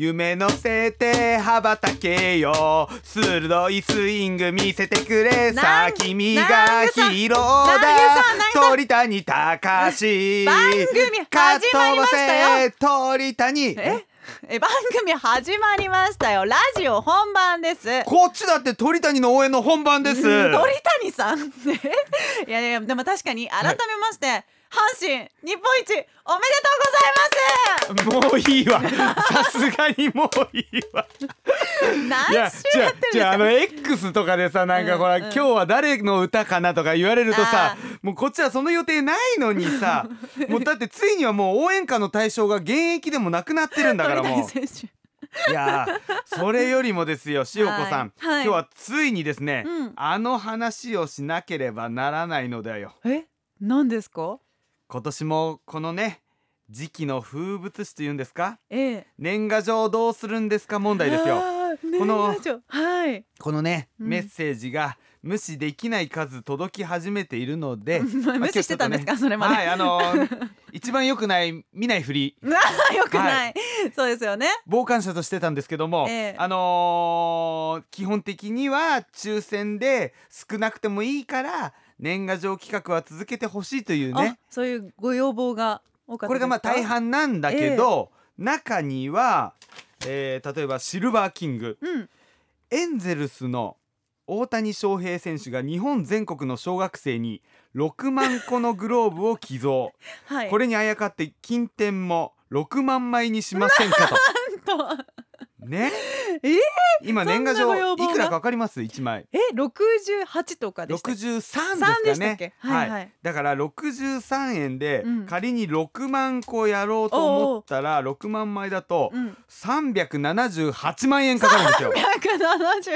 夢のせて羽ばたけよ鋭いスイング見せてくれさなあん君がヒーローなだんげさん鳥谷隆番組始まりましたよかっ飛ばせ鳥谷ええ 番組始まりましたよラジオ本番ですこっちだって鳥谷の応援の本番ですうん鳥谷さん ねいやいやでも確かに改めまして、阪神日本一おめでとうございもますういいわさすがにもういいわい何や週やってるんでじすゃあかあの X とかでさなんかほら、うんう今ん日は誰の歌かなとか言われるとさあもうこっちはその予定ないのにさ もうだってついにはもう応援歌の対象が現役でもなくなってるんだ からも鳥谷選ういやーそれよりもですよしおこさん、はい今はい日はついにですね、うんあの話をしなければならないのだよ手え何ですか今年もこのね時期の風物詩というんですかええ年賀状どうするんですか問題ですよあーこの年賀状はいこのね、うんメッセージが無視できない数届き始めているの でま あ無視してたんですかそれまではいあのー一番良くない見ないふりな あよくない、そうですよね傍観者としてたんですけども、ええあのー基本的には抽選で少なくてもいいから年賀状企画は続けてほしいというねあそういうご要望が多かったこれがまあです大か半なんだけど、中には、えー例えばシルバーキングうんエンゼルスの大谷翔平選手が日本全国の小学生に6万個のグローブを寄贈はいこれにあやかって金典も6万枚にしませんか と とねえー今年賀そん状なご要望いがくらかわかります1枚え68とかでした63っでけす3でかしたっけねはいはいだから63円でうん仮に6万個やろうと思ったら6万枚だとうん378万円かかるんですよ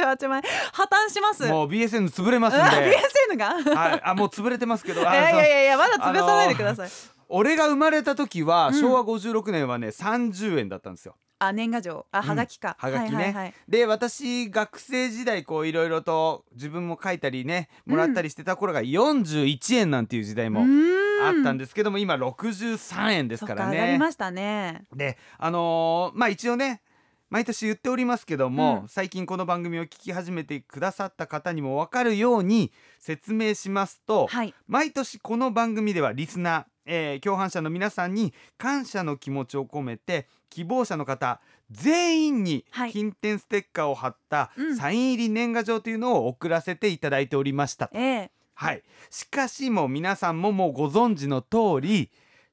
178万円破綻しますもう BSN 潰れますんあで BSN が、はい、あもう潰れてますけど、 いあやいやいやいやまだあ潰のさないでください、俺が生まれた時は、うん昭和56年はね30円だったんですよ。あ年賀状あんはがきか、はがきねはいはいはいで私学生時代こういろいろと自分も書いたりねもらったりしてた頃が41円なんていう時代もあったんでですけども、今63円ですから上がりね。ましたねであのーまあ一応ね毎年言っておりますけども、うん最近この番組を聞き始めてくださった方にも分かるように説明しますと、はい毎年この番組ではリスナー、えー共犯者の皆さんに感謝の気持ちを込めて希望者の方全員にはい金典ステッカーを貼ったうんサイン入り年賀状というのを送らせていただいておりました、ええはい、しかしもう皆さんももうご存知の通り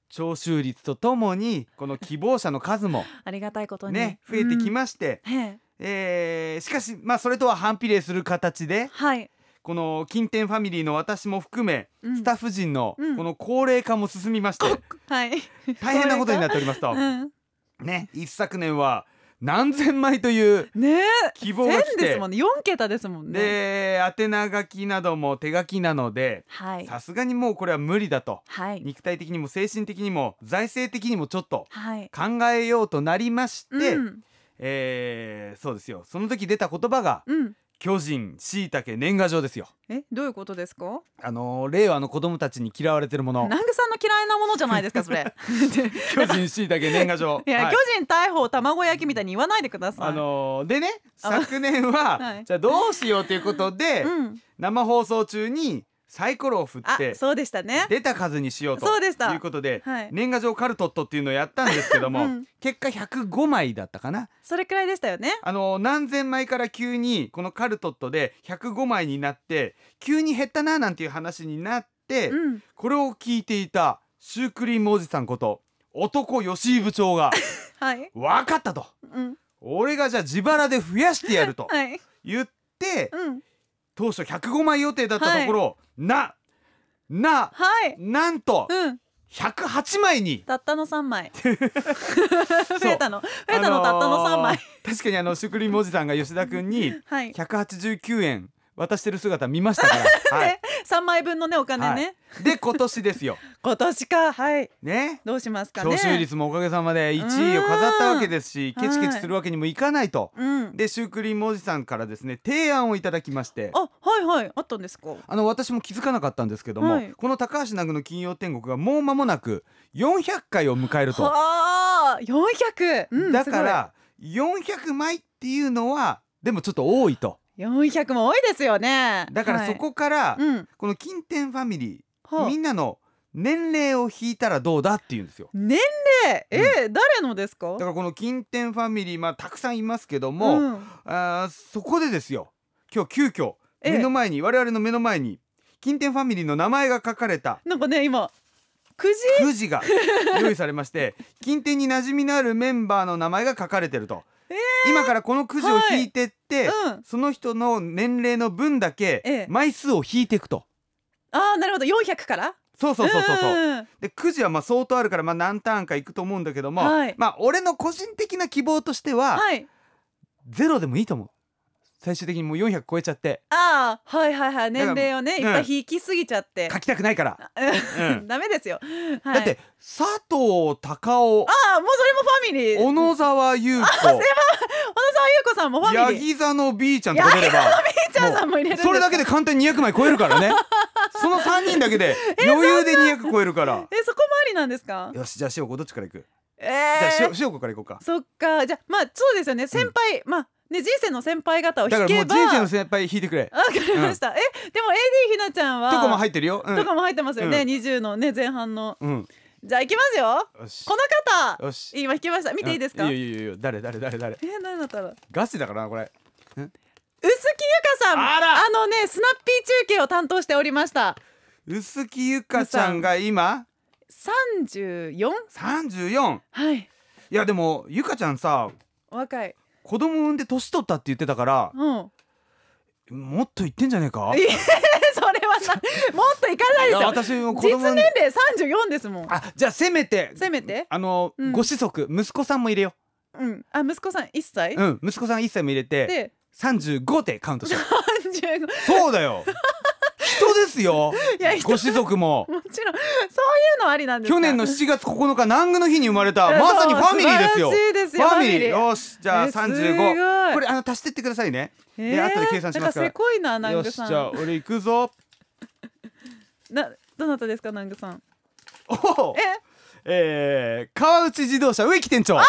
徴収率とともにこの希望者の数 もありがたいことにね増えてきまして、す、うんええーしかしまあそれとは反比例する形えではい、この金典ファミリーの私も含めうんスタッフ陣のうんこの高齢化も進みまして、はい大変なことになっておりますと、うんね一昨年は何千枚というね希望が来千でてすもんね四桁ですもんねで宛名書きなども手書きなのではいさすがにもうこれは無理だとはい肉体的にも精神的にも財政的にもちょっとはい考えようとなりまして、うんえーそうですよその時出た言葉がうん「巨人しいたけ年賀状」ですよ。えどういうことですかあのー令和の子供たちに嫌われてるもの南具さんの嫌いなものじゃないです かそれ「巨人しいたけ年賀状」いや、はい巨人大砲卵焼きみたいに言わないでくださいあのーでねあの昨年は、 はいじゃあどうしようということで、うん生放送中にサイコロを振っあてそうでしたね出た数にしようとそうでしたいうことで、はい年賀状カルトットっていうのをやったんですけども、うん結果105枚だったかな、それくらいでしたよねあのー何千枚から急にこのカルトットで105枚になって急に減ったななんていう話になって、うんこれを聞いていたシュークリームおじさんこと男吉井部長 がはい分かったとうん俺がじゃあ自腹で増やしてやる とはい言ってうん当初105枚予定だったところ、ななはいなんとうん108枚にたったの三 枚 増えたの増えたのたったのあ三枚、ー確かにあのシュクリームおじさんが吉田君にはい189円渡してる姿見ました から、はい、三枚分のねお金ね、で今年ですよ今年かはいねどうしますかね徴収率もおかげさまで1位を飾ったわけですしうんケチケチするわけにもいかないと、うんでシュークリームおじさんからですね提案をいただきましてあはいはいあったんですかあの私も気づかなかったんですけども、はいこの高橋なぐの金曜天国がもう間もなく400回を迎えるとはあ400、うん、だから400枚っていうのはでもちょっと多いと400も多いですよねだからそ、こから、はいうんこの金天ファミリほーうみんなの年齢を引いたらどうだっていうんですよ年齢え誰のですかだからこの金天ファミリーまあたくさんいますけども、うんあーそこでですよ今日急遽ええ目の前に我々の目の前に金天ファミリーの名前が書かれたなんかね今くじくじが用意されまして金天に馴染みのあるメンバーの名前が書かれてると、え今からこのくじを引いてって、うんその人の年齢の分だえけえ枚数を引いていくと、あーなるほど400からそうそうそうそうそう、うんでくじはまあ相当あるからまあ何ターンかいくと思うんだけども、はいまあ俺の個人的な希望としては、はいゼロでもいいと思う最終的にもう400超えちゃってああはいはいはいだ年から齢をねいっぱい引きすぎちゃって書きたくないから、うん ダメですよ、はい、だって佐藤隆夫ああもうそれもファミリー小小野野沢優子沢優子さんもファ八ミリー木座の B ちゃんとか出ればピーちゃんさんも入れるんですかそれだけで簡単に200枚超えるから ねその3人だけで余裕で200超えるからえそこもありなんですかよしじゃあ塩子どっちからいく、えじゃあー、塩塩子からいこうかそっかじゃあまあそうですよね先輩、まあね人生の先輩方をだ引からもうけば人生の先輩引いてくれわかりました、えでも AD ひなちゃんはとこも入ってるようんとかも入ってますよね、うん20のね前半のうんじゃあ行きますよよしこの方よし今引きました見ていいですか、うんいいよいいよいいよ誰誰誰誰えー、何だったろうガチだからなこれ薄木ゆかさんあらのねスナッピー中継を担当しておりました薄木ゆかちゃんが今 34? 34はいいやでもゆかちゃんさ若い子供産んで年取ったって言ってたからうんもっと言ってんじゃねえかいそれはさもっといかないいでやすよ私も子実供産ん年齢34ですもんあじゃあせめてせめてあの、うんご子息息子さんも入れようんあ息子さん1歳、う、うん、息子さん一歳も入れてで35でカウントしよう35そうだよ人ですよいや人ご子息ももちろんそういうのありなんですか去年の7月9日南宮の日に生まれたいやまさにファミリーですよそう素晴らしいですよファミリーファミリーよしじゃあえすごい35これあの足してってくださいねへでー後で計算しますからなんかせこいな南よ宮しじさゃあん俺行くぞなどなたですか南宮さん おおええー、川内自動車植木店長店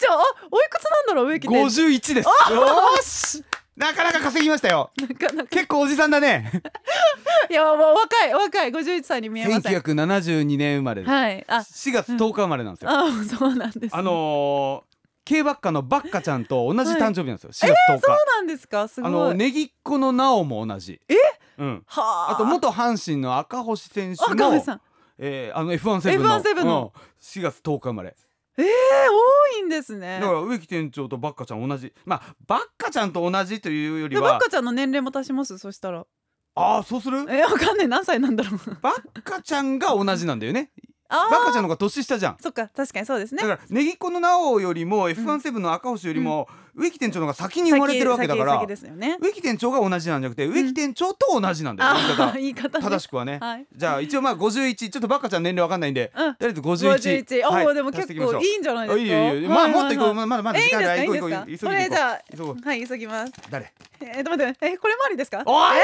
長あおいくつなんだろう植木店長51ですよーしなかなか稼ぎましたよなかなか結構おじさんだねいやもう若い若い51歳に見えません1972年生まれですはいあ4月10日生まれなんですよ、あそうなんです、ね、あのー、競馬っかのバッカちゃんと同じ誕生日なんですよ、4月10日、そうなんですかすごいあのネギっ子のなおも同じえうんはあと元阪神の赤星選手赤も星さんえー、あの F17 の F17 のうん、4月10日生まれえー、多いんですねだから植木店長とバッカちゃん同じまあバッカちゃんと同じというよりでバはッカちゃんの年齢も足しますそしたらああそうするえわかんない何歳なんだろうバッカちゃんが同じなんだよねあバッカちゃんの方が年下じゃんーそっか確かにそうですねだからネギっ子のなおよりも F17 の赤星よりも植木店長の方が先に生まれてるわけだか先ら先ですよね植木店長が同じなんじゃなくて植木店長と同じなんだよ、言い方あー言い方ね正しくはね、はいじゃあ一応まあ51ちょっとバカちゃん年齢わかんないんで、うんとりあえず51 51あ、はいでも足し結ていきましょ構ういいんじゃないであすいかいよいいよまあもっと行こうはいはいはいまだまだまだえいい時ん間でがすなかいいい行こうんで行こすう急いで行こう急ごうかこれじゃあはい急ぎます誰えー、と待ってえこれもありですかおい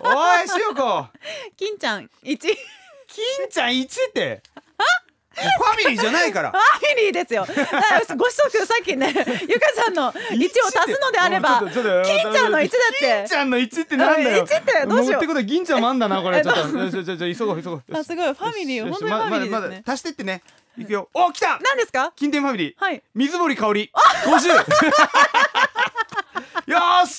おいしおこ金ちゃん1 フ金ちゃん1ってもうファミリーじゃないからァミリーですよだからご子息さっ きねゆかさんの1を足すのであればうん金ちょっとちょっとちゃんの1だって金ちゃんの1ってなんだようん一ってどうしようもってことは銀ちゃんもあんだなこれえちょっとよしよしよしよし急ごう急ごうあすごいファミリよーしよし本当にファミリーまですだねまだ足してってねいくよお来た何ですか金天ファミリーはい水森かおり50 よーし水森かおり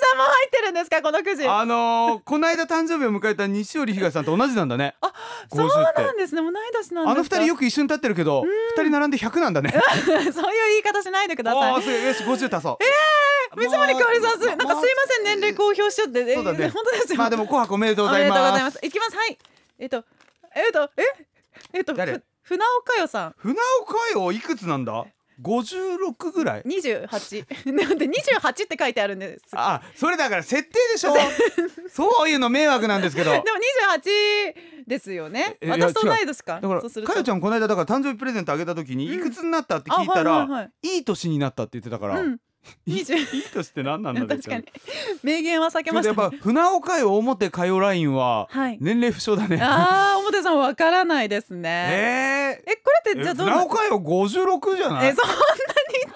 さんも入ってるんですかこのくじあのー、この間誕生日を迎えた西織東さんと同じなんだねあそうなんですね同い年なんあので二すか人よく一緒に立ってるけど二人並んで100なんだね そういう言い方しないでくだあさあいすごいよし50足そう 水森かおりさんすまあなんかすいません年齢公表しちゃってえそうだね本当ですよまあでも紅白おめでとうおござめいでとうごまざいすますいきますはいえっとえっとええっと誰ふ船岡よさん船岡よいくつなんだ56ぐらい二十八。 なんで二十八って書いてあるんです。でもあそれだから設定でしょ そういうの迷惑なんですけどだか二十八ですよね。えいや私と同い年か。らそうするかとよちゃんこの間だから誕生日プレゼントあげた時にいくつになったって聞いたあはいはいはらいい年になったって言ってたからうんい20いいとして何なんだ確別かに名言は避けちょまっとしやったぱね船岡よ表火曜ラインははい年齢不詳だねあー表さんわからないですね ええこれっー、てえじゃあどう船な岡よ56じゃないえそう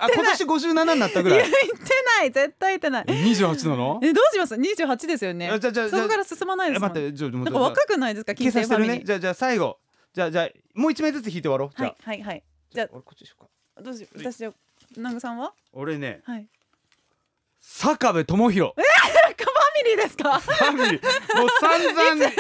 あ今年57になったぐ言っらていない絶対言ってないえ28なのえどうします28ですよねあじゃあじゃあじそゃあこから進まないえですもん待ってちょっと待なんっかて若くないですか金計星算フしてァるねミリーじゃあじゃあ最後じゃあじゃあもう一枚ずつ引いて終わろうじはゃいはいはいじあゃあ俺こっちにしようかどうしよう私じゃあ南具さんは俺ねはい坂部智弘なんかファミリーで すかファミリーもう散々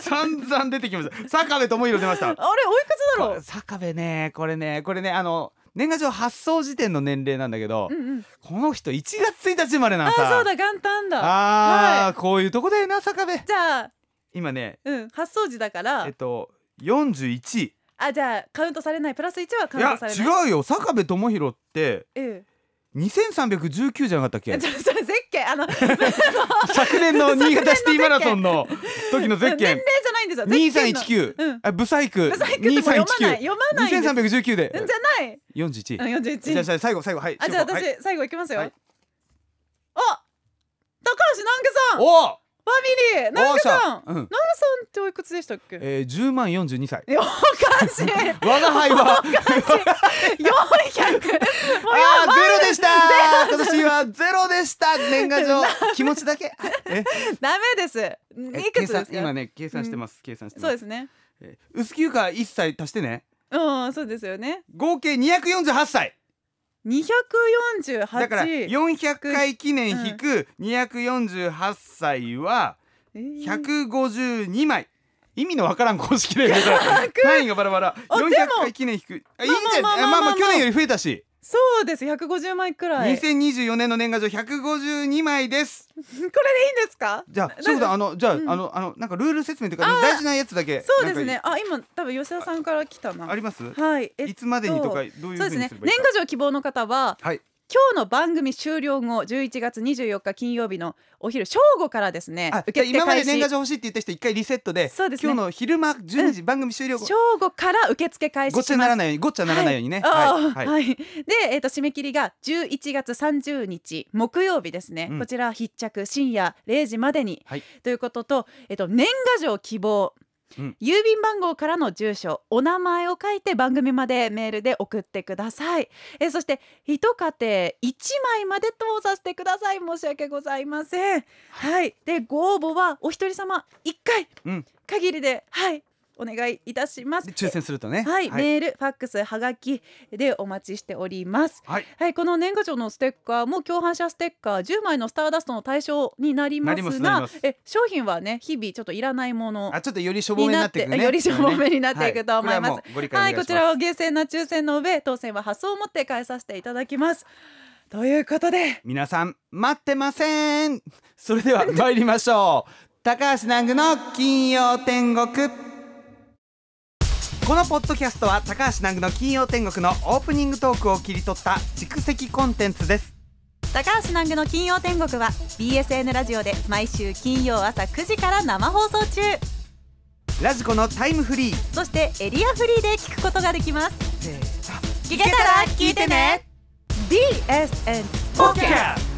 散々出てきました坂部智弘出ましたあれおいくつだろこれ坂部ねこれねこれねあの年賀状発送時点の年齢なんだけど、ううんうんこの人1月1日生まれなあんさそうだ元旦だあー、はいこういうとこだよな坂部じゃあ今ねうん発送時だからえっと41位あじゃあカウントされないプラス1はカいウンやトされない違うよ坂部智弘ってええ2319じゃなかったっけえちょそれゼッケンあの年齢昨年の新潟シティマラソンの時のゼッじケゃンないんですよゼッケンの2319、うんあブサイクブサイクっても読まない読まないんです2319うでんじゃない41うんじゃあ41じゃあ最後最後はいあじゃあ翔子はい私最後いきますよはあい高橋南具さんフおァミリー南お具ーしさんゃ南具さうんんっておいくつでしたっけえー、10万42歳 えおか しい400我が輩はもうあーゼロでした今年はゼロでした年賀状気持ちだけあえダメですんえいくつで計す算今かね計算してます、計算してそうまですすねえー薄休暇1歳足してねうんそうですよね合計248歳248だから400回記念引く248歳はえー152枚意味のわからん公式でだから単位がバラバラあでも400回記念引くあいいんじゃまあないまあまあまあままあまああ去年より増えたしそうです150枚くらいこれ2024年の年賀状152枚ですでいいんですかじゃなあ翔子さんあのじゃあ、うんあのあのなんかルール説明というか大事なやつだけそうですなんねかあ今多分吉田さんから来たなありますはいえいつまでにとかどういうふうにそうですねすればい年いか賀状希望の方ははい今日の番組終了後11月24日金曜日のお昼正午からですねあ受じゃあ付今まで開年賀始状欲しいって言った人一回リセットでそうですね今日の昼間12時、番組終了後正午から受付開ご始っちしゃならますないようにごっちゃならないようにねあはあいはい、で、えー、と締め切りが11月30日木曜日ですね、うんこちら必着深夜0時までに、はいということと,、えー、と年賀状希望、うん郵便番号からの住所お名前を書いて番組までメールで送ってください、えーそして一家庭一枚までとさせてください申し訳ございませんはいでご応募はお一人様一回うん限りで、はいお願いいたしますで抽選するとねはい、はい、メール、ファックス、はがきでお待ちしております。はいはい、この年賀状のステッカーも共犯者ステッカー10枚のスターダストの対象になりますなりますなりがます、え商品はね日々ちょっといらないものあちょっとよりしょぼめになっていくねになってよりしょぼめになっていくと思いますはこれはもうご理解お願いはしい、まこすちらを厳正な抽選の上、当選は発送をもって返させていただきます。ということで、皆さん待ってませんそれでは参りましょう高橋南具の金曜天国このポッドキャストは高橋南具の金曜天国のオープニングトークを切り取った蓄積コンテンツです高橋南具の金曜天国は BSN ラジオで毎週金曜朝9時から生放送中、ラジコのタイムフリーそしてエリアフリーで聞くことができます。せーの聞けたら聞いてね BSN ポッキャス